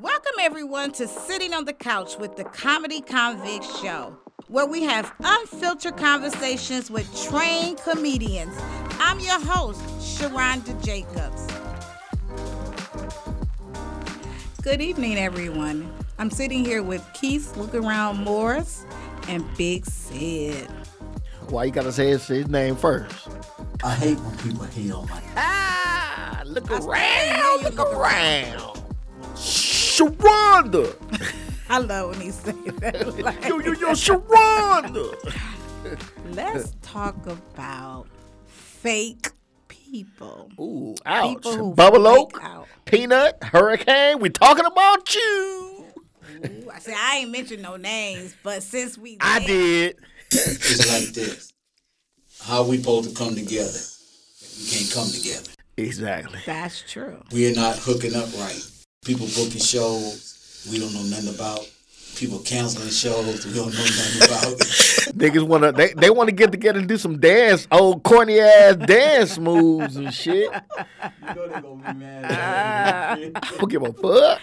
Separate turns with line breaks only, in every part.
Welcome, everyone, to Sitting on the Couch with the Comedy Convicts Show, where we have unfiltered conversations with trained comedians. I'm your host, Sharonda Jacobs. Good evening, everyone. I'm sitting here with Keith Look Around Morris and Big Sid.
Why you gotta say his, his name first?
I hate when people hate on my.
Ah, look
I still
around,
hear you
look
looking
around. Sharonda,
I love when he says that. Like-
yo, yo, yo, Sharonda.
Let's talk about fake people.
Ooh, ouch.
People who
Bubble
freak
Oak,
out.
Peanut, Hurricane. We talking about you.
Ooh, I said I ain't mentioned no names, but since we
I
did,
did.
It's like this. How we supposed to come together? We can't come together.
Exactly.
that's true.
We're not hooking up right. People booking shows we don't know nothing about. People canceling shows we don't know nothing about.
Niggas wanna they, they wanna get together and do some dance, old corny ass dance moves and shit.
you know they're gonna be mad.
I don't give a fuck.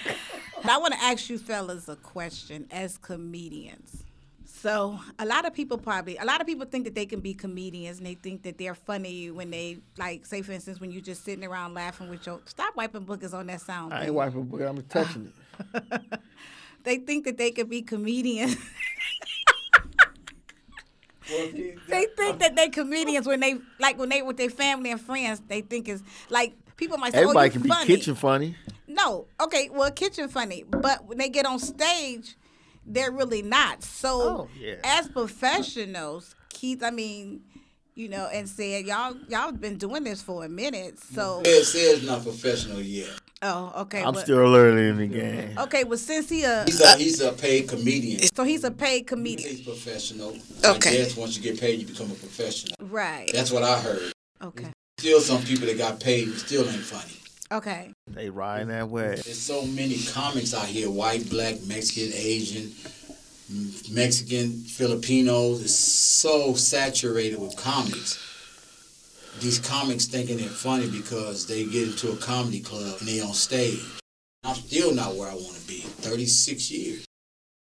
I want to ask you fellas a question as comedians. So a lot of people probably a lot of people think that they can be comedians and they think that they're funny when they like say for instance when you're just sitting around laughing with your stop wiping boogers on that sound.
I
thing.
ain't wiping, but I'm touching it.
Oh, They think that they could be comedians. they think that they comedians when they like when they with their family and friends. They think it's like people might say,
Everybody
"Oh, you
can be
funny."
kitchen funny.
No, okay, well, kitchen funny, but when they get on stage, they're really not. So,
Oh, yeah.
as professionals, Keith, I mean, you know, and said y'all y'all been doing this for a minute. So,
It says not professional yet.
oh, okay,
Mm-hmm. I'm
well-
still learning the game.
okay. Well, since he a
He's a he's a paid comedian.
so he's a paid
He's
comedian,
professional.
Okay.
I guess once you get paid, you become a professional.
right?
That's what I heard.
Okay,
Still, some people that got paid still ain't funny.
okay,
They riding that way.
There's so many comics out here white, black, Mexican, Asian, m- Mexican, Filipinos. It's so saturated with comics. These comics thinking they're funny because they get into a comedy club and they on stage. I'm still not where I want to be. 36 years.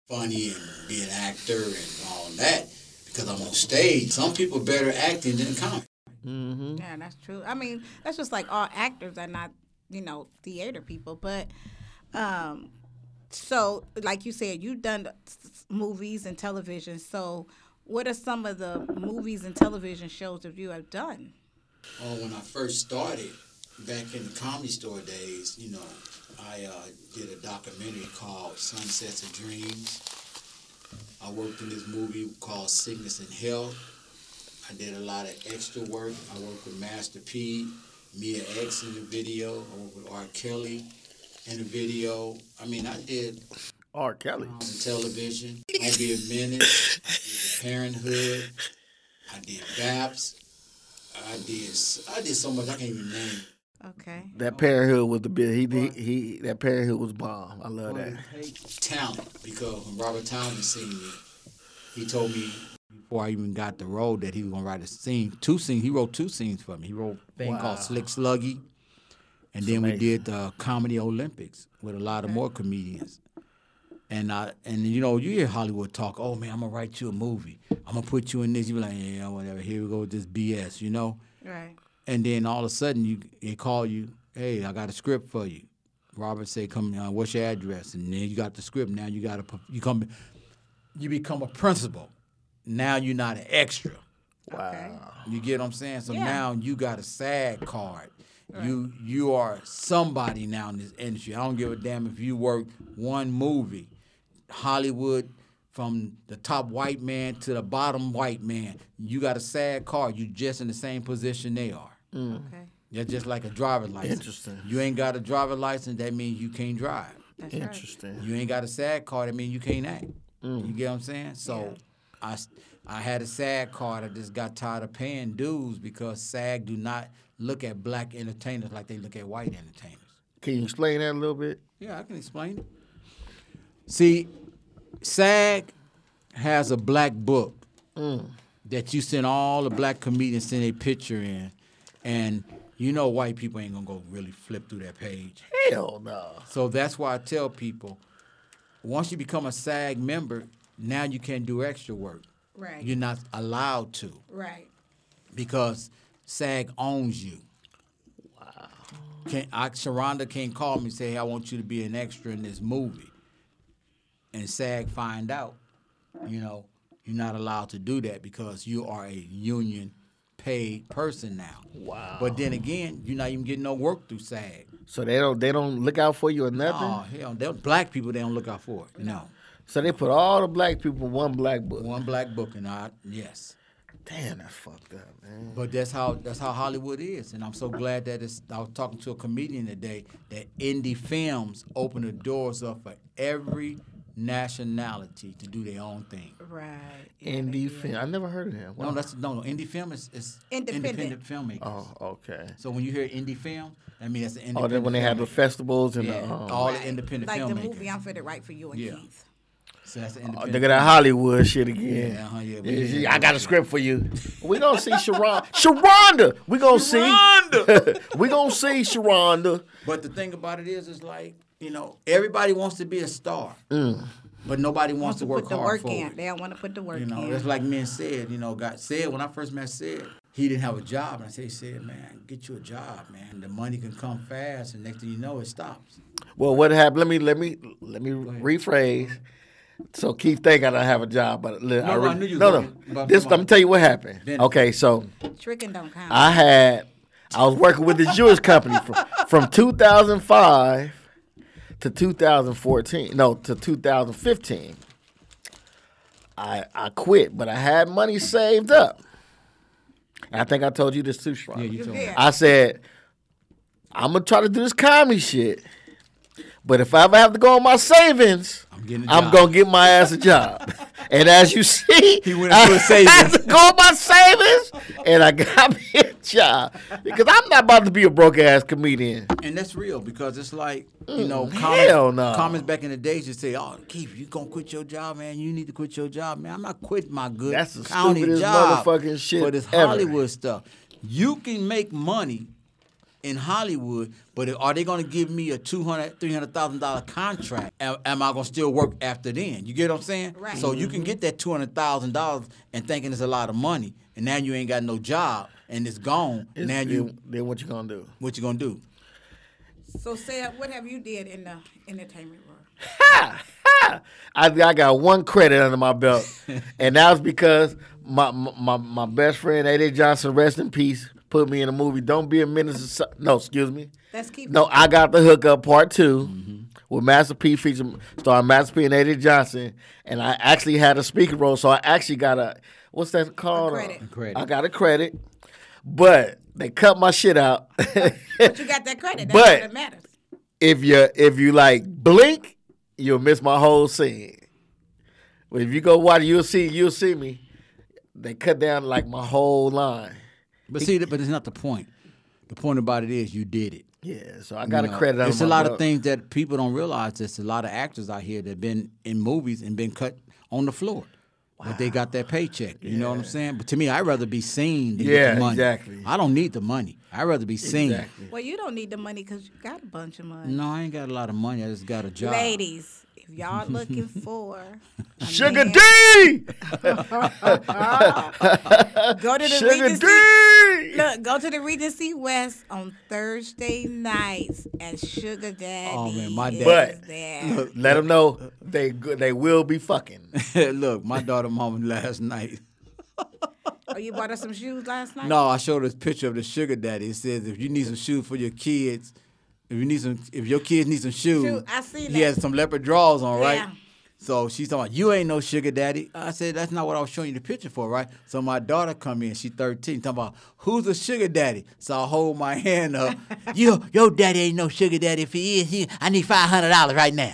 Funny and be an actor and all that because I'm on stage. Some people better acting than comics.
Mm-hmm.
yeah, that's true. I mean, that's just like all actors are not, you know, theater people, but, um, so like you said, you've done s- s- movies and television. So, what are some of the movies and television shows that you have done?
Oh, when I first started back in the comedy store days, you know, I uh, did a documentary called Sunsets of Dreams. I worked in this movie called Sickness and Health. I did a lot of extra work. I worked with Master P, Mia X in the video. I worked with R. Kelly in the video. I mean, I did
R. Kelly.
on television. I did Menace. I did Parenthood. I did Babs. I did. I did so much I can't even name.
Okay.
That Parenthood was the bit. He, he he. That Parenthood was bomb. I love that.
Talent, because when Robert Townsend seen me, he told me before I even got the role that he was gonna write a scene, two scenes. He wrote two scenes for me. He wrote a thing called Slick Sluggy, and then we did the Comedy Olympics with a lot of more comedians. And I and you know you hear Hollywood talk. Oh man, I'm gonna write you a movie. I'm gonna put you in this. You be like, yeah, whatever. Here we go with this BS. You know.
Right.
And then all of a sudden, you they call you. Hey, I got a script for you. Robert say, "Come, uh, what's your address?" And then you got the script. Now you got to you come, you become a principal. Now you're not an extra.
Okay.
You get what I'm saying? So
Yeah.
now you got a SAG card. You you are somebody now in this industry. I don't give a damn if you work one movie, Hollywood, from the top white man to the bottom white man. You got a SAG card. You just in the same position they are.
Okay.
They're just like a driver's license.
Interesting.
You ain't got a driver's license. That means you can't drive.
That's right.
Interesting.
You ain't got a SAG card. That means you can't act. You get what I'm saying? So I, s- I had a SAG card. I just got tired of paying dues because SAG do not look at black entertainers like they look at white entertainers.
Can you explain that a little bit?
Yeah, I can explain it. See, SAG has a black book that you send all the black comedians send a picture in, and you know white people ain't gonna go really flip through that page.
Hell no.
So that's why I tell people, once you become a SAG member, now you can do extra work.
Right.
You're not allowed to
Right.
because SAG owns you. Wow. Can I, Sharonda can't call me and say, hey, I want you to be an extra in this movie. And SAG find out, you know, you're not allowed to do that because you are a union paid person now. Wow. But then again, you're not even getting no work through SAG.
So they don't they don't look out for you or nothing.
Oh, hell, they black people, they don't look out for it. No.
So they put all the black people in one black book.
One black book and I, yes.
Damn, that's fucked up, man.
But that's how that's how Hollywood is, and I'm so glad that it's. I was talking to a comedian today that indie films open the doors up for every nationality to do their own thing.
Right.
Indie film. I never heard of him.
No, that's no no. Indie film is, is
Independent.
independent filmmakers.
oh, okay.
So when you hear indie film, that means that's an
Oh,
independent.
then when they have the
filmmaker.
festivals and
yeah,
the, um,
all the independent
Like the
filmmakers.
movie I'm fit to write for you and
Yeah.
Keith.
So that's an
oh,
independent.
look at that Hollywood shit again.
Yeah, uh-huh, yeah, we
Yeah,
did.
see, I got a script for you. We gonna see Sharon, Sharonda. We gonna see. we gonna see Sharonda.
But the thing about it is, it's like you know, everybody wants to be a star,
Mm.
but nobody wants, to work
put the
hard
work
for
in.
it.
They don't want to put the work
You know,
in.
that's like men said. You know, God said when I first met said he didn't have a job, and I said, he said, man, get you a job, man. The money can come fast, and next thing you know, it stops.
Well, what happened? Let me let me let me rephrase. So Keith think I don't have a job, but li- I,
no, I
really-
knew you
no,
was
no.
gonna- but
This
come
let me
on.
tell you what happened.
Then-
Okay, so
Tricking don't count.
I had I was working with this Jewish company from from 2005 to 2014. No, to 2015. I I quit, but I had money saved up. And I think I told you this too, Sean.
you
told me. did.
I said, I'm gonna try to do this comedy shit. But if I ever have to go on my savings,
I'm getting a
I'm
job.
gonna get my ass a job. and as you see,
He went into
I
his savings.
had to go on my savings, and I got me a job because I'm not about to be a broke ass comedian.
And that's real because it's like you know,
Mm,
comments,
hell no.
comments back in the days just say, "Oh, Keith, you gonna quit your job, man? You need to quit your job, man." I'm not quitting my good
That's the
county
stupidest
job,
motherfucking shit
But it's
ever.
Hollywood stuff. You can make money in Hollywood, but are they gonna give me a two hundred, three hundred thousand dollar contract? Am, am I gonna still work after then? You get what I'm saying?
Right.
So you can get that two hundred thousand dollars and thinking it's a lot of money, and now you ain't got no job and it's gone. now
then,
you,
then what you gonna do?
what you gonna do?
so, Seb, what have you did in the entertainment world?
I, I got one credit under my belt, and that was because my my my best friend AJ Johnson, rest in peace, put me in a movie. Don't be a menace. to so- No, excuse me.
Let's keep
No, I got the hookup part 2
Mm-hmm.
with Master P featuring starring Master P and AJ Johnson, and I actually had a speaking role, so I actually got a what's that called?
A credit. A
credit.
I got a credit, but they cut my shit out.
But you got that credit. That's
But-
all that matters.
if you if you like blink, you'll miss my whole scene. But if you go watch, you'll see you'll see me. They cut down like my whole line.
But see, but it's not the point. The point about it is you did it.
Yeah, so I got
You
a
know,
credit. under
There's a
my
lot
belt.
of things that people don't realize. There's a lot of actors out here that been in movies and been cut on the floor. But they got that paycheck. You know what I'm saying? But to me, I'd rather be seen than get
Yeah,
the money.
exactly.
I don't need the money. I'd rather be seen.
Exactly.
Well, you don't need the money because you got a bunch of money.
No, I ain't got a lot of money. I just got a job.
Ladies, if y'all looking for a
Sugar
man,
D,
go to the
Sugar
Regency.
D.
Look, go to the Regency West on Thursday nights at Sugar Daddy.
Oh, man, my
is
dad-
But-
there.
Let them know they go- they will be fucking.
Look, my daughter mom last night.
Oh, you bought her some shoes last night?
No, I showed this picture of the sugar daddy. It says if you need some shoes for your kids, if you need some, if your kids need some shoes,
Shoe, I seen
He
that.
has some leopard draws on, right?
Yeah.
So she's talking about you ain't no sugar daddy. I said that's not what I was showing you the picture for, right? So my daughter come in, she 13, talking about who's a sugar daddy. So I hold my hand up. you, your daddy ain't no sugar daddy. If he is, he, I need five hundred dollars right now.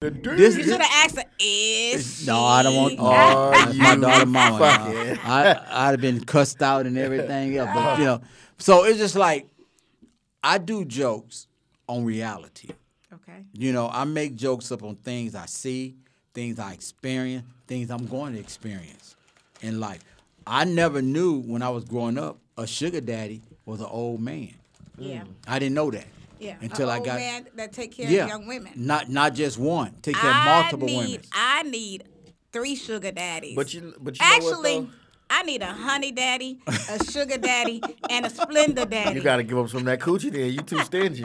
This,
You
this-
should have asked her, is
no, I don't want.
she?
No,
Are
that's my
you
daughter, mama. no.
fucking-
I, I'd have been cussed out and everything else. But you know, so it's just like I do jokes on reality.
Okay.
You know, I make jokes up on things I see, things I experience, things I'm going to experience in life. I never knew when I was growing up a sugar daddy was an old man.
Mm.
Yeah.
I didn't know that.
Yeah.
Until
An
I
old
got-
man that take care
yeah,
of young women.
Not not just one. Take care of
I
multiple
need
women.
I need three sugar daddies.
But you, but you know what,
actually
though?
I need a honey daddy, a sugar daddy, and a splendor daddy.
You gotta give up some of that coochie. Then you too stingy.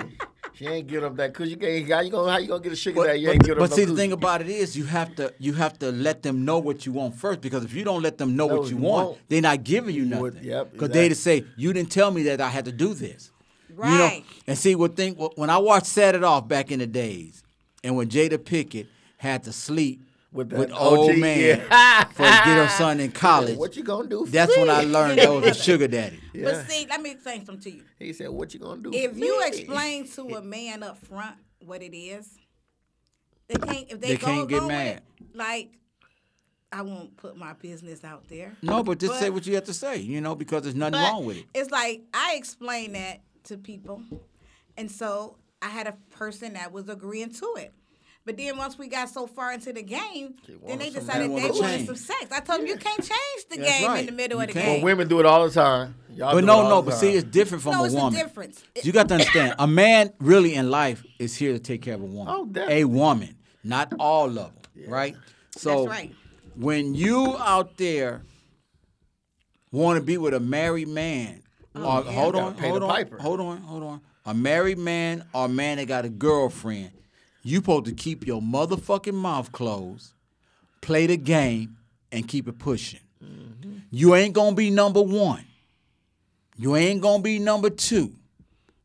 She ain't giving up that coochie. You ain't- How you gonna how you gonna get a sugar daddy? You ain't giving up
but
no
see,
coochie.
the thing about it is, you have to you have to let them know what you want first. Because if you don't let them know
No,
what you
you
want,
won't.
they're not giving you nothing.
would- yep,
Because they to say you didn't tell me that I had to do this. You know?
Right.
And see, what thing wh- when I watched Set It Off back in the days, and when Jada Pickett had to sleep
With
with,
that
old
OG,
man for get her son in college.
what you gonna do? for
that's when I
me?
learned I was a sugar daddy.
Yeah.
But see, let me explain something to you.
He said, "What you gonna do?"
If
for
you
me?"
explain to a man up front what it is, they can't. If they,
They
go
can't get
along with
mad.
it, Like, I won't put my business out there.
No, but just say
But-
what you have to say, you know, because there's nothing
But
wrong with it.
It's like I explain that to people, and so I had a person that was agreeing to it. But then once we got so far into the game, then
wanted
they
some-
decided
They
they,
wanted
wanted
change.
some sex. I told them you can't change the
That's
game
right.
in the middle
You
of the
can't.
game.
Well, women do it all the time. Y'all do
But
it
no,
all
no,
the
but
time.
see, it's different from
no,
a
it's
woman.
a difference. It-
You got to understand, a man really in life is here to take care of a woman.
Oh, definitely.
a woman, not all of them, right? So
right.
when you out there want to be with a married man, or, hold
Oh, You
on,
gotta pay
hold
the
on,
piper.
hold on, hold on, a married man or a man that got a girlfriend, you supposed to keep your motherfucking mouth closed, play the game, and keep it pushing.
Mm-hmm.
You ain't gonna be number one. You ain't gonna be number two.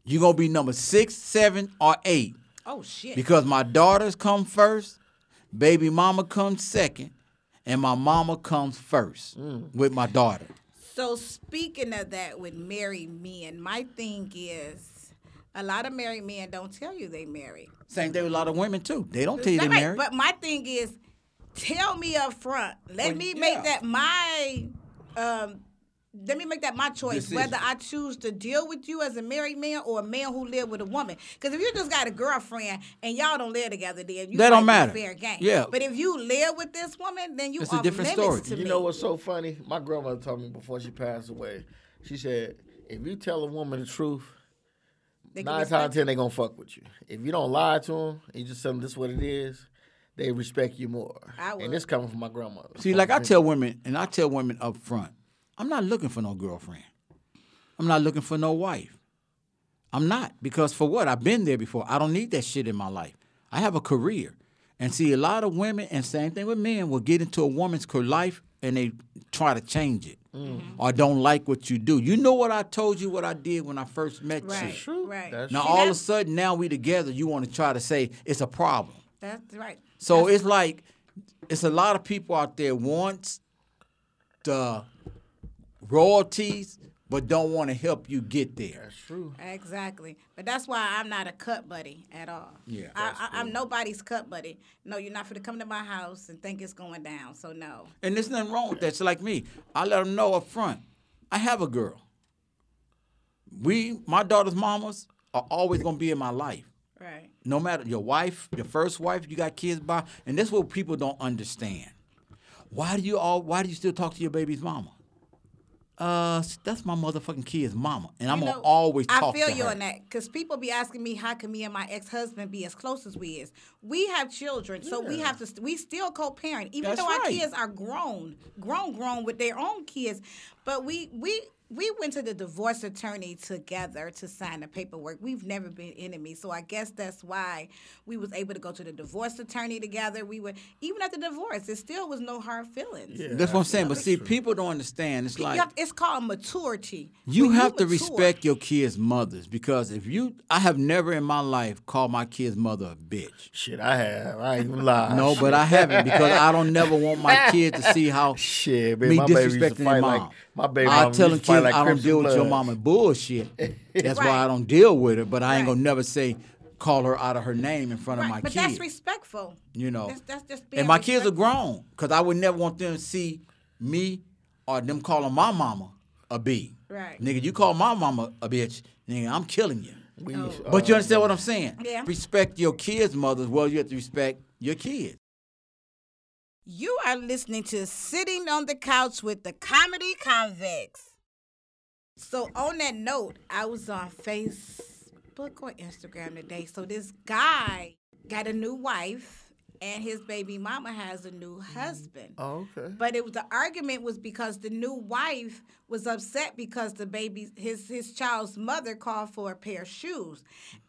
You're gonna be number six, seven, or eight.
oh shit!
Because my daughters come first, baby mama comes second, and my mama comes first
Mm.
with my daughter.
So speaking of that with married men, my thing is a lot of married men don't tell you they married.
Same thing with a lot of women too. They don't tell you they're
Right,
married.
But my thing is tell me up front. Let
Well,
me
yeah.
make that my um let me make that my choice
Decision.
whether I choose to deal with you as a married man or a man who live with a woman. Because if you just got a girlfriend and y'all don't live together, then you
That don't
might be
matter.
Fair game.
Yeah.
But if you live with this woman, then you
It's a
are
different
limits to
story.
You
me.
know what's so funny? My grandmother told me before she passed away. She said, "If you tell a woman the truth,
They can
nine times out of
respect-
ten they gonna fuck with you. If you don't lie to them, you just tell them this is what it is. They respect you more.
I would.
And this coming from my grandmother.
See, like I tell women, and I tell women up front, I'm not looking for no girlfriend. I'm not looking for no wife. I'm not because for what? I've been there before. I don't need that shit in my life. I have a career. And see, a lot of women, and same thing with men, will get into a woman's career life and they try to change it
Mm-hmm.
or don't like what you do. You know what I told you what I did when I first met
Right.
you.
True.
Right.
That's
Now
See,
all of a
that's-
sudden, now we together. You want to try to say it's a problem.
That's right.
So it's like it's a lot of people out there wants the royalties but don't want to help you get there.
That's true.
Exactly, but that's why I'm not a cut buddy at all.
Yeah, that's
I, I, I'm nobody's cut buddy. No, you're not for to come to my house and think it's going down. So no,
And there's nothing wrong with that. It's like me. I let them know up front. I have a girl. We my daughter's mamas are always gonna be in my life.
right?
no matter your wife, your first wife, you got kids by, and that's what people don't understand. Why do you all? Why do you still talk to your baby's mama? Uh, s- that's my motherfucking kid's mama, and I'm
You
gonna
know,
always
I
talk
feel
to
you
her.
on that because people be asking me how can me and my ex husband be as close as we is. We have children, so we have to. st- We still co-parent, even
That's
though our
right.
kids are grown, grown, grown with their own kids. But we we. We went to the divorce attorney together to sign the paperwork. We've never been enemies, so I guess that's why we was able to go to the divorce attorney together. We were even at the divorce, it still was no hard feelings.
Yeah.
That's what I'm saying. But see, people don't understand. It's
You
like
have- it's called maturity.
You
When
have to
mature-
respect your kids' mothers because if you, I have never in my life called my kid's mother a bitch.
Shit, I have. I ain't even lie.
No, but I haven't because I don't never want my kid to see how
Shit, baby,
me
my baby
disrespecting
used to
their
fight
mom.
like- my baby
I
mama
tell them
used to fight
kids
like
I don't
Crips
deal
and
with your
Bloods.
mama bullshit. That's why I
Right.
don't deal with her. But I ain't
Right.
gonna never say call her out of her name in front of my
but
kids.
that's respectful.
you know,
that's, that's just being
and my kids are
respectful.
grown because I would never want them to see me or them calling my mama a b.
Right.
nigga, you call my mama a bitch, nigga, I'm killing you.
We, oh,
But
Uh,
you understand what I'm saying?
Yeah.
Respect your kids' mothers. Well, you have to respect your kids.
You are listening to Sitting on the Couch with the Comedy Convicts. So on that note, I was on Facebook or Instagram today. So this guy got a new wife, and his baby mama has a new husband.
Oh, okay.
But it was the argument was because the new wife was upset because the baby his his child's mother called for a pair of shoes,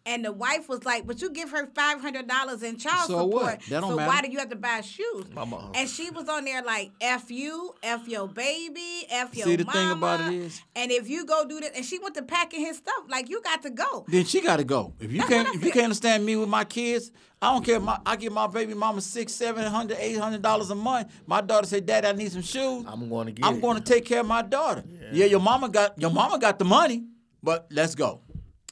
and the wife was like, "But you give her five hundred dollars in child
So
support,
what? That don't
so why
matter."
do you have to buy shoes?"
Mama.
And she was on there like, "F you, f your baby, f your
See, the
mama."
thing about it is-
and if you go do this, and she went to packing his stuff, like you got to go.
Then she got to go. If you
what
can't,
I
if you
said.
can't understand me with my kids, I don't care. if My, I give my baby mama six, seven hundred, eight hundred dollars a month. My daughter said, "Dad, I need some shoes."
I'm going to get.
I'm
it.
going to take care of my daughter. Yeah. your mama got your mama got the money, but let's go.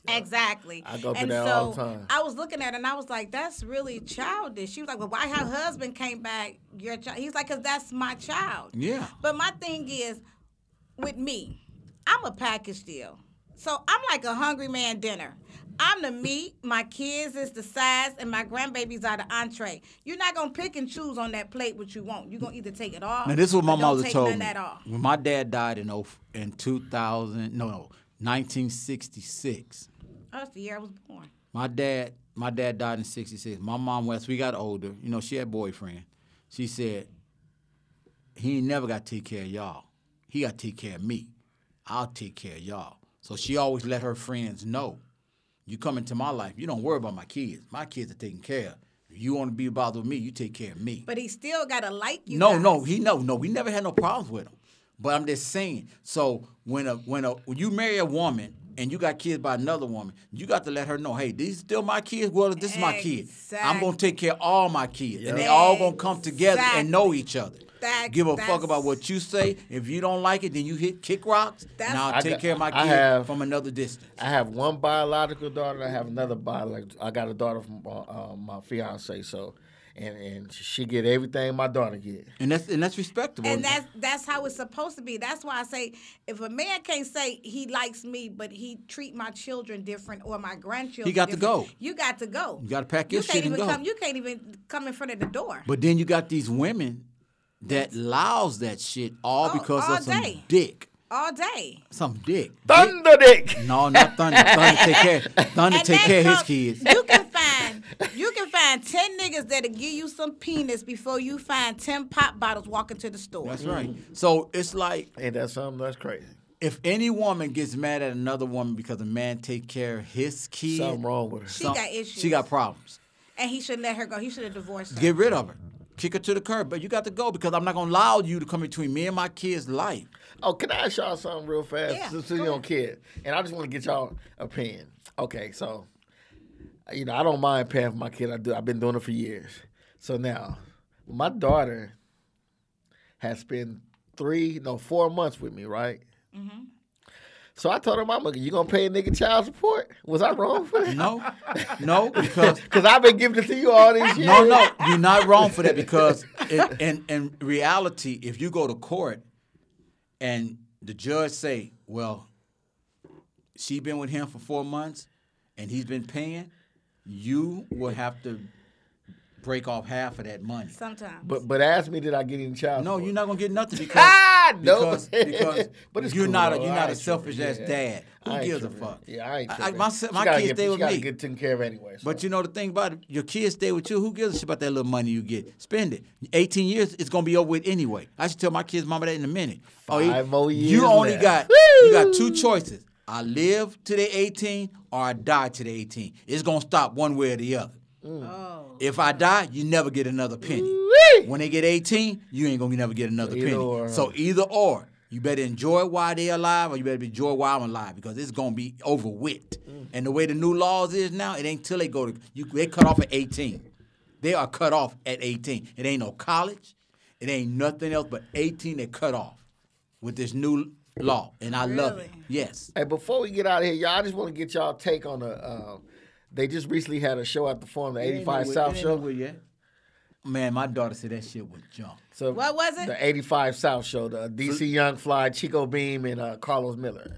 Exactly.
I go through
and
that
so
all the time.
I was looking at it and I was like, that's really childish. She was like, well, why her husband came back? Your child. He's like, because that's my child.
Yeah.
But my thing is, with me, I'm a package deal. So I'm like a hungry man dinner. I'm the meat, my kids is the sides, and my grandbabies are the entree. You're not gonna pick and choose on that plate what you want. You're gonna either take it all.
Now this is what my
or don't
mother
take
told
none
me.
At all.
When my dad died in oh, in 2000, no, no, 1966.
Oh, that's the year I was born.
My dad, my dad died in '66. My mom, once we got older, you know, she had boyfriend. She said, "He ain't never got to take care of y'all. He got to take care of me. I'll take care of y'all." So she always let her friends know, "You come into my life. You don't worry about my kids. My kids are taken care of. If you want to be bothered with me, you take care of me."
But he still gotta like you.
No,
guys.
no, he no, no. We never had no problems with him. But I'm just saying. So when a when a when you marry a woman and you got kids by another woman, you got to let her know, hey, these still my kids. Well, this is my kid. I'm gonna take care of all my kids, and they all gonna come together and know each other.
That-
Give a fuck
that's-
about what you say. If you don't like it, then you hit kick rocks, and
That's-
I'll
I
take
got-
care of my
I
kid
have-
from another distance.
I have one biological daughter. I have another biological. I got a daughter from uh, uh, my fiance. So, and and she get everything my daughter get.
and that's and that's respectable.
And that's that's how it's supposed to be. That's why I say if a man can't say he likes me, but he treat my children different or my grandchildren,
He got to
different,
go.
You got to go.
You gotta pack your
you can't
shit and
even
go.
Come, you can't even come in front of the door.
But then you got these women that allows that shit all
All-
because
Oh, all
of some
day.
dick.
all day.
Some dick.
Thunder dick.
No, not Thunder. Thunder take care. Thunder
And
take
that
care of his
comes-
kids.
You can find you can find ten niggas that'll give you some penis before you find ten pop bottles walking to the store.
That's right. So it's like
Ain't that something? That's crazy.
if any woman gets mad at another woman because a man take care of his kid,
Something wrong with her.
She got issues.
She got problems.
And he should let her go. He should have divorced her.
Get rid of her. Kick her to the curb. But you got to go because I'm not gonna allow you to come between me and my kid's life.
Oh, can I ask y'all something real fast?
Yeah,
since
go
you
ahead.
don't care. And I just want to get y'all opinion. Okay, so uh, you know, I don't mind paying for my kid. I do I've been doing it for years. So now, my daughter has spent three, no, four months with me, right?
Mm-hmm.
So I told her mama, you gonna pay a nigga child support? Was I wrong for that?
No, no, because
Because I've been giving it to you all these years.
No, no, you're not wrong for that because in, in, in reality, if you go to court and the judge say, well, she been with him for four months and he's been paying, you will have to break off half of that money.
Sometimes.
But but ask me, did I get any child
No,
support?
you're not gonna get nothing because,
Ah, no.
because, because
But it's
you're
cool,
not a
though.
you're
I
not a
ain't tripping,
selfish ass
yeah.
dad.
I
Who
ain't
gives a
tripping.
fuck?
Yeah, I ain't
I, I,
tripping.
my
She
my
gotta
kids
get-
stay
she
with
gotta
me.
get taken care of anyway. so.
But you know the thing about it, your kids stay with you. Who gives a shit about that little money you get? Spend it. 18 years, it's gonna be over with anyway. I should tell my kids, mama, that in a minute. Oh, you-
Five more years
You only
left.
got you got two choices. I live to the 18 or I die to the 18. It's gonna stop one way or the other.
oh.
If I die, you never get another penny.
Woo-wee.
When they get 18, you ain't gonna never get another
either
penny.
or.
So either or, you better enjoy while they're alive, or you better enjoy while I'm alive, because it's gonna be over with. And the way the new laws is now, it ain't till they go to you. They cut off at 18. They are cut off at 18. It ain't no college. It ain't nothing else but 18. They cut off with this new law, and I love it.
Really?
Yes.
Hey, before we get out of here, y'all, I just want to get y'all take on the. Um, they just recently had a show at the Forum, the
Ain't no
85
way-
South
ain't no
show.
way yet. Man, my daughter said that shit was junk.
So
What was it?
The 85 South show, the DC Young Fly, Chico Beam, and uh, Carlos Miller.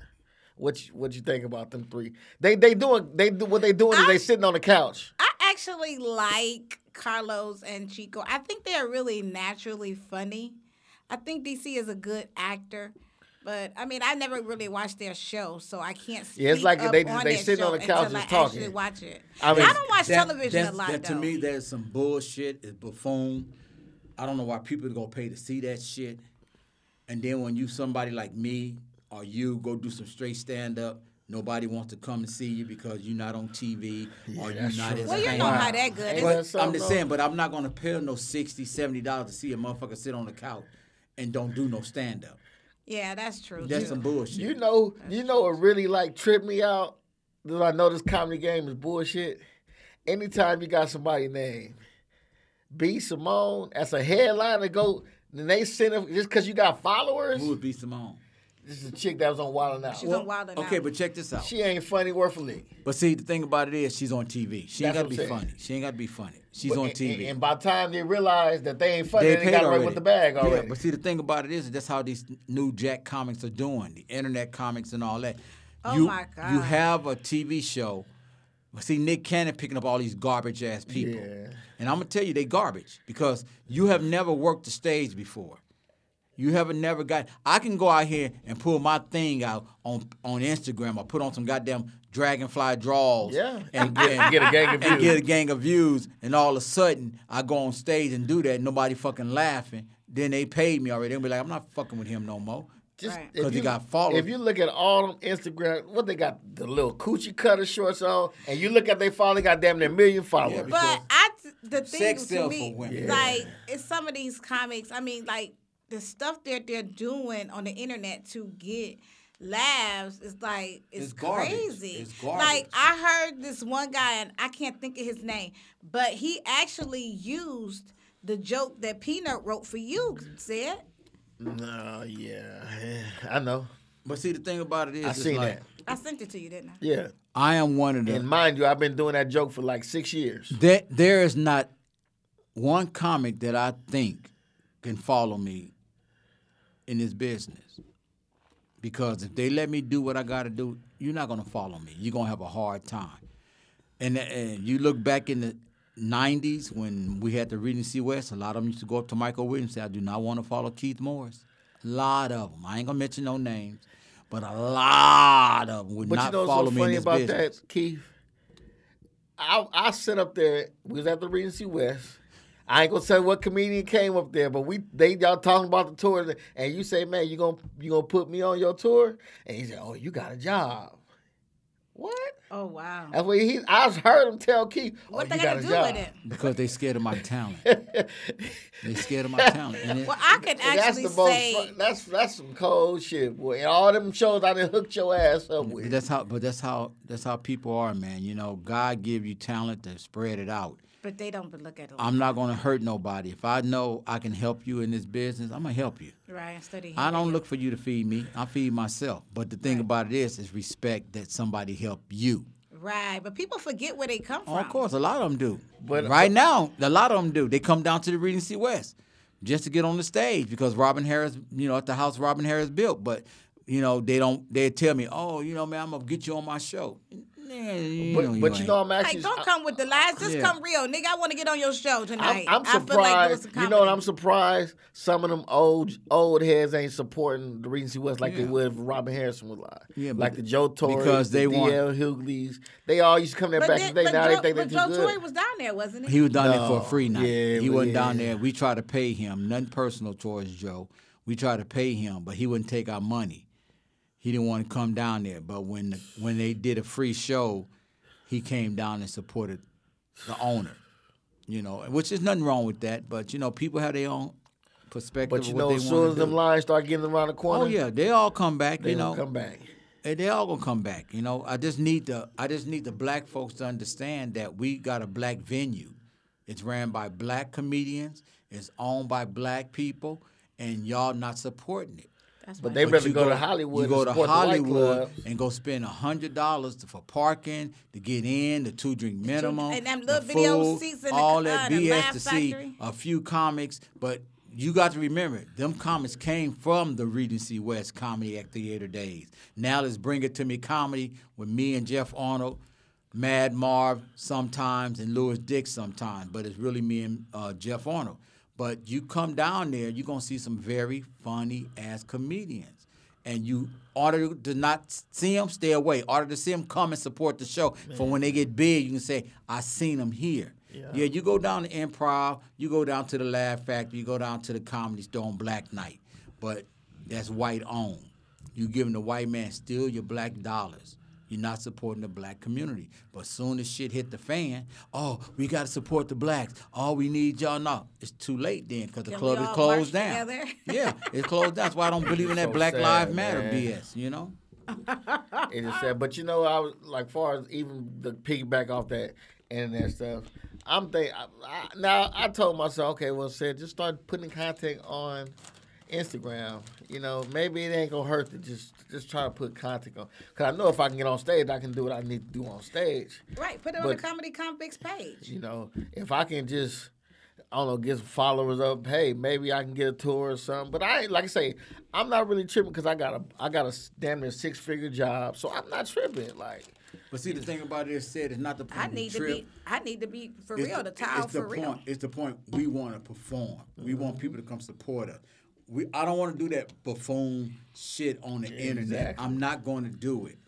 What you, what you think about them three? They they doing they do what they doing is they sitting on the couch.
I actually like Carlos and Chico. I think they're really naturally funny. I think DC is a good actor. But I mean, I never really watched their show, so I can't. Speak
Yeah, it's like
up
they-
on
they
that
sitting on
show
the
until
couch just
I actually
talking.
Watch it.
I
I,
mean,
don't watch
That-
television a
that's-
lot
That
though.
to me, that's some bullshit. It's buffoon. I don't know why people go pay to see that shit. And then when you somebody like me or you go do some straight stand up, nobody wants to come and see you because you're not on TV or you're
that's
not
true.
as
well, you
hang
know
out.
how that good.
Ain't
It's
that
But I'm
something,
just
though?
saying, but I'm not gonna pay no 60 dollars to see a motherfucker sit on the couch and don't do no stand up.
yeah, that's true.
That's
too.
some bullshit.
You know, you know what really like tripped me out? That I know this comedy game is bullshit. Anytime you got somebody named B Simone as a headliner, go then they send them just because you got followers.
Who would be Simone?
This is a chick that was on Wild and Out.
She's on Wild and
okay,
Out.
but check this out.
She ain't funny worth a lick.
But see, the thing about it is, she's on TV. She
That's
ain't got to
what
be
I'm saying.
funny. She ain't got to be funny. She's
But-
on
and-
TV.
And, and by the time they realize that they ain't funny, they,
paid
got right with the bag already.
Yeah, but see, the thing about it is, that's how these new Jack comics are doing, the internet comics and all that.
Oh,
you,
my
You
God.
have a TV show. But See, Nick Cannon picking up all these garbage ass people.
Yeah.
And I'm going to tell you, they garbage because you have never worked the stage before. You haven't never got. I can go out here and pull my thing out on on Instagram or put on some goddamn dragonfly draws.
Yeah.
And,
Get- get a gang of
and
views.
get a gang of views. And all of a sudden, I go on stage and do that. Nobody fucking laughing. Then they paid me already. They'll be like, I'm not fucking with him no more.
Just
Right.
if
'Cause they
you-
got followers.
If you look at all them Instagram, what they got the little coochie cutter shorts on, and you look at they follow, they got damn near a million followers.
But I, th- the thing
Sex
to
sells
me,
for women.
like, it's some of these comics. I mean, like the stuff that they're doing on the internet to get laughs is like it's,
It's garbage.
crazy.
It's garbage.
like I heard this one guy, and I can't think of his name, but he actually used the joke that Peanut wrote for you. Said
No, yeah, Eh, I know.
But see, the thing about it is,
I
it's
seen
like,
that.
I sent it to you, didn't I?
Yeah,
I am one of them.
and mind you, I've been doing that joke for like six years.
There, there is not one comic that I think can follow me in this business. Because if they let me do what I got to do, you're not going to follow me. You're going to have a hard time. And, and you look back in the 90s when we had the Regency West, a lot of them used to go up to Michael Williams and say, I do not want to follow Keith Morris. A lot of them. I ain't going to mention no names, but a lot of them would
But
not
you know
follow
what's so
me in
funny
this
about
business.
that, Keith? I I sit up there. We was at the Regency West. I ain't gonna tell you what comedian came up there, but we they y'all talking about the tour, and you say, "Man, you gonna you gonna put me on your tour?" And he said, "Oh, you got a job." What?
Oh wow!
That's what he. I heard him tell Keith. Oh,
What
you
they
got
gotta
a
do
job.
with it?
Because they scared of my talent. they scared of my talent. And it-
Well, I could
And that's
actually
the most.
say.
fun- that's that's some cold shit, boy. And all them shows I done hooked your ass up
but
with.
that's how. But that's how. That's how people are, man. You know, God give you talent to spread it out.
But they don't look at it.
I'm not gonna hurt nobody. If I know I can help you in this business, I'm gonna help you.
right, study.
I don't look for you to feed me. I feed myself. But the thing about it is, is respect that somebody helped you.
Right, but people forget where they come from.
Oh, of course, a lot of them do.
But- uh,
But right now, a lot of them do. They come down to the Regency West just to get on the stage because Robin Harris, you know, at the house Robin Harris built. But you know, they don't. They tell me, oh, you know, man, I'm gonna get you on my show. Nah, you
but
know,
but you
ain't.
know, I'm
Like,
actually.
don't come with the lies. Just
Yeah.
come real, nigga. I want to get on your show
I'm,
tonight.
I'm
I feel like doing
surprised.
some
you know what? I'm
comedy.
surprised. Some of them old old heads ain't supporting the Regency West like they
Yeah.
would if Robin Harrison was alive.
Yeah, but
like the
th-
Joe Torre,
because they
the
want-
DL Hughley's. They all used to come there
But,
back
then,
in the day.
but
Now
Joe,
they think
but
they
Joe
too
Torre
good.
was down there, wasn't he?
He was down there
No.
for a free night.
Yeah,
he
but
wasn't down
yeah.
there. We tried to pay him, nothing personal towards Joe. We tried to pay him, but he wouldn't take our money. He didn't want to come down there. But when the, when they did a free show, he came down and supported the owner. You know, which is nothing wrong with that. But you know, people have their own perspective.
But
of
you
what
know,
they
as
wanna
soon as them
do.
lines start getting around the corner,
oh yeah, they all come back.
they
you
gonna
know,
come back.
and they all gonna come back. You know, I just need the I just need the black folks to understand that we got a black venue. It's ran by black comedians. It's owned by black people, and y'all not supporting it.
That's
But
right.
they rather
you
go, to Hollywood.
You go
and
to
support the white
Hollywood
clubs.
and go spend hundred dollars for parking to get in, the two drink minimum,
and them
the
little video
food,
seats in the
all
co-
that
uh, the
BS
Laugh
to see
Factory.
a few comics. But you got to remember, them comics came from the Regency West Comedy Act Theater days. Now let's bring it to me comedy with me and Jeff Arnold. Mad Marv sometimes and Lewis Dick sometimes, but it's really me and uh, Jeff Arnold. But you come down there, you're gonna see some very funny ass comedians. and you order to not see them, stay away. Order to see them, come and support the show. For when they get big, you can say, I seen them here. Yeah. you go down to improv, you go down to the Laugh Factory, you go down to the Comedy Store on Black Night, but that's white owned. You giving the white man still your black dollars. You're not supporting the black community. But soon as shit hit the fan, oh, we got to support the blacks. Oh, we need y'all now. It's too late then because the
Then
club
we
is
all
closed
march
down.
together.
Yeah, it's closed down. That's why I don't believe in that
So
Black
sad,
Lives Matter
man.
BS, you know?
And it's sad. But you know, I was like, far as even the piggyback off that internet stuff, I'm think I, I, now I told myself, okay, well, said just start putting content on Instagram. You know, maybe it ain't gonna hurt to just just try to put content on. Cause I know if I can get on stage, I can do what I need to do on stage.
Right. Put it on
But-
the Comedy Convicts page.
You know, if I can just. I don't know, get some followers up. Hey, maybe I can get a tour or something. But I ain't like I say, I'm not really tripping because I got a I got a s- damn near six figure job, so I'm not tripping. Like,
But see, the thing about it is said it's not the point
I
of the
need to
trip.
be. I need to be for
It's
real. The towel
it's the
for real.
Point, it's the point. We want to perform. We want people to come support us. We, I don't want to do that buffoon shit on the internet.
Exactly.
I'm not going to do it.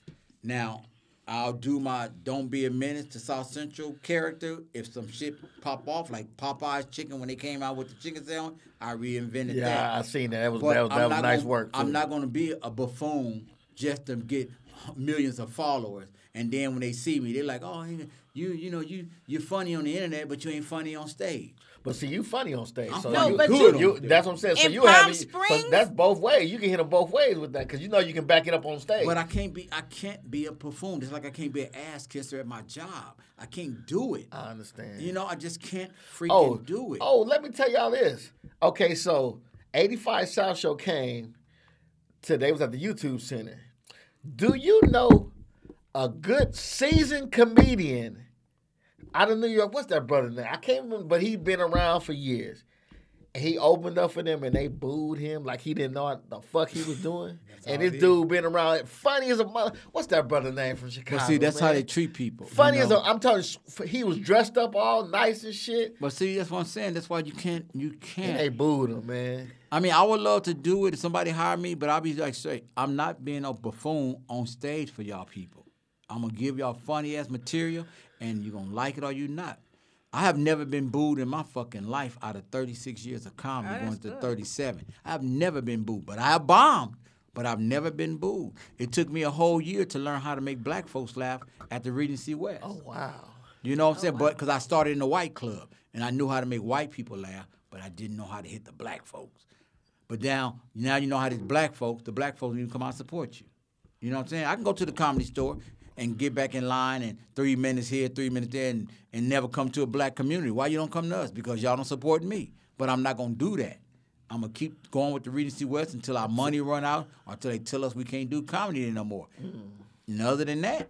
Now, I'll do my don't be a menace to South Central character. If some shit pop off, like Popeye's chicken when they came out with the chicken sandwich, I reinvented
yeah,
that.
I seen that. That was
But
that was,
I'm
that was
not
nice
gonna-
work.
I'm
too.
not going to be a buffoon just to get millions of followers. And then when they see me, they're like, "Oh, you, you, you know, you, you're funny on the internet, but you ain't funny on stage."
But see, you funny on stage.
I'm
So you,
funny.
No, but
you,
you-
that's what I'm saying. So
In
you
Palm
have
Springs-
that's both ways. You can hit them both ways with that because you know you can back it up on stage.
But I can't be, I can't be a buffoon. Just like I can't be an ass kisser at my job. I can't do it.
I understand.
You know, I just can't freaking
Uh, oh,
do it.
Oh, let me tell y'all this. Okay, so 85 South Show came today. Was at the YouTube Center. Do you know a good seasoned comedian out of New York? What's that brother name? I can't remember, but he been around for years. He opened up for them and they booed him like he didn't know what the fuck he was doing. and
how it
this
is.
dude been around funny as a mother. What's that brother name from Chicago?
But see, that's how
man?
they treat people. you
Funny as
know?
a, I'm telling you, he was dressed up all nice and shit.
But see, that's what I'm saying. That's why you can't, you can't.
Mm.
And they booed him, man.
I mean, I would love to do it if somebody hired me, but I'll be like straight. I'm not being a buffoon on stage for y'all people. I'm gonna give y'all funny ass material, and you're gonna like it or you not. I have never been booed in my fucking life out of 36 years of comedy, going to 37. I've never been booed, but I bombed, but I've never been booed. It took me a whole year to learn how to make black folks laugh at the Regency West.
Oh,
Oh,
Wow.
You know what I'm saying? But because I started in the white club and I knew how to make white people laugh, but I didn't know how to hit the black folks. But now, now you know how these black folks, the black folks, even come out and support you. You know what I'm saying? I can go to the comedy store and get back in line and three minutes here, three minutes there, and, and never come to a black community. Why you don't come to us? Because y'all don't support me. But I'm not gonna do that. I'm gonna keep going with the Regency West until our money run out, or until they tell us we can't do comedy no more. And other than that,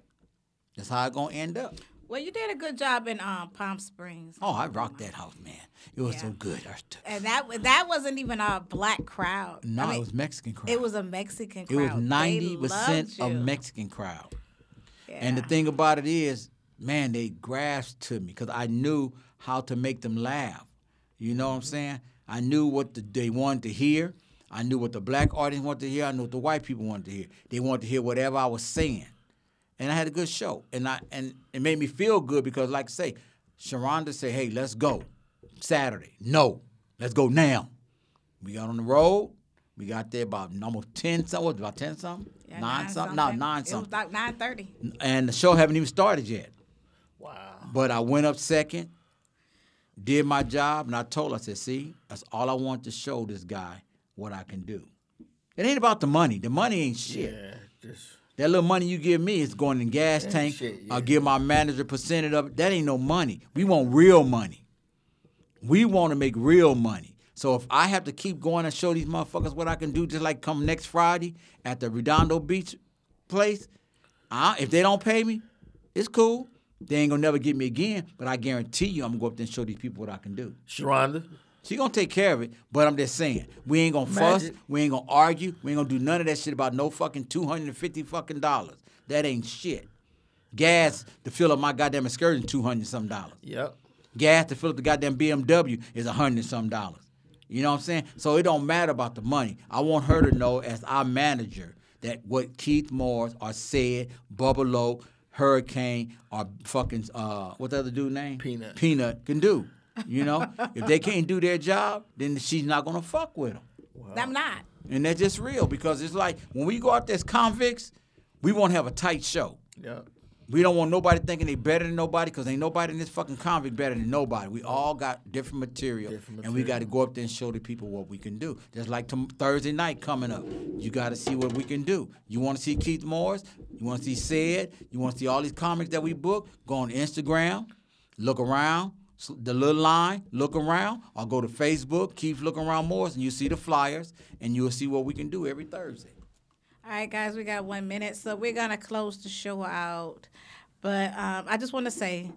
that's how it's gonna end up.
Well, you did a good job in um, Palm Springs,
Oh, I rocked that house, man. It was so
Yeah.
good. Ernst.
and that wa- that wasn't even a black crowd.
No,
I mean,
it was Mexican crowd.
It was a Mexican
It
crowd.
was
They
ninety percent
loved
of
you.
Mexican crowd.
Yeah.
And the thing about it is, man, they grasped to me because I knew how to make them laugh. You know what I'm saying? I knew what the, they wanted to hear. I knew what the black audience wanted to hear. I knew what the white people wanted to hear. They wanted to hear whatever I was saying. And I had a good show. And I and it made me feel good because, like I say, Sharonda said, hey, let's go Saturday. No, let's go now. We got on the road. We got there about almost 10 something. What, about 10 something?
Yeah,
9 something? No, 9
It was
something
like nine thirty.
and the show haven't even started yet.
Wow.
But I went up second, did my job, and I told her, I said, see, that's all I want to show this guy what I can do. It ain't about the money. The money ain't shit.
Yeah, just
That little money you give me is going in gas tank.
shit,
I'll give my manager percentage of it. That ain't no money. We want real money. We want to make real money. So if I have to keep going and show these motherfuckers what I can do, just like come next Friday at the Redondo Beach place, I, if they don't pay me, it's cool. They ain't gonna never get me again. But I guarantee you, I'm gonna go up there and show these people what I can do.
Sharonda.
She gonna take care of it, but I'm just saying, we ain't gonna
Magic.
fuss, we ain't gonna argue, we ain't gonna do none of that shit about no fucking two hundred and fifty fucking dollars. That ain't shit. Gas to fill up my goddamn excursion two hundred some dollars.
Yep.
Gas to fill up the goddamn BMW is a hundred some dollars. You know what I'm saying? So it don't matter about the money. I want her to know as our manager that what Keith Morris or said, Bubba Low, Hurricane, or fucking uh, what the other dude name?
Peanut.
Peanut can do. You know, if they can't do their job, then she's not gonna fuck with them.
I'm not.
And that's just real because it's like when we go out there as convicts, we want to have a tight show.
Yeah.
We don't want nobody thinking they better than nobody because ain't nobody in this fucking convict better than nobody. We all got different material,
Different
and we
material.
got to go up there and show the people what we can do. Just like tom- Thursday night coming up, you got to see what we can do. You want to see Keith Morris? You want to see Said? You want to see all these comics that we book? Go on Instagram, look around. s- The little line, look around, or go to Facebook, Keith Look Around Morris, and you see the flyers, and you'll see what we can do every Thursday.
All right, guys, we got one minute, so we're gonna close the show out. But um, I just want to say,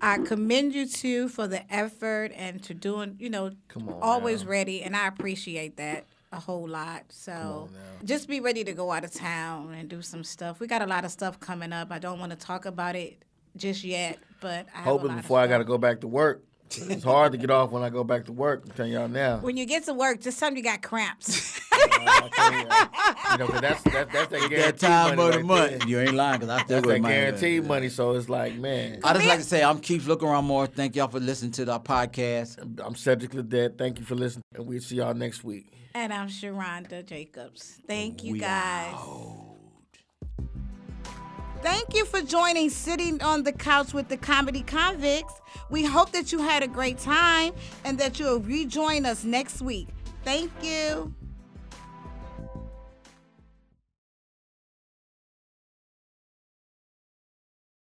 I commend you two for the effort and to doing, you know,
Come on
always
now.
ready, and I appreciate that a whole lot. So just be ready to go out of town and do some stuff. We got a lot of stuff coming up. I don't want to talk about it just yet, but I have a
Hoping
lot of
before I
stuff.
gotta go back to work. It's hard to get off when I go back to work. I'm telling y'all now.
When you get to work, just tell 'em you got cramps.
I'll tell y'all. you know, 'cause that's that's that's that guarantee
That time
money
of the
right
month,
there.
you ain't lying because I still
That's
go to
that
my
guaranteed money. So it's like, man,
I just like to say I'm Keith Look Around Moore. Thank y'all for listening to our podcast.
I'm Cedric Ledet. Thank you for listening, and we'll see y'all next week.
and I'm Sharonda Jacobs. Thank you,
We
guys.
out.
Thank you for joining Sitting on the Couch with the Comedy Convicts. We hope that you had a great time and that you'll rejoin us next week. Thank you.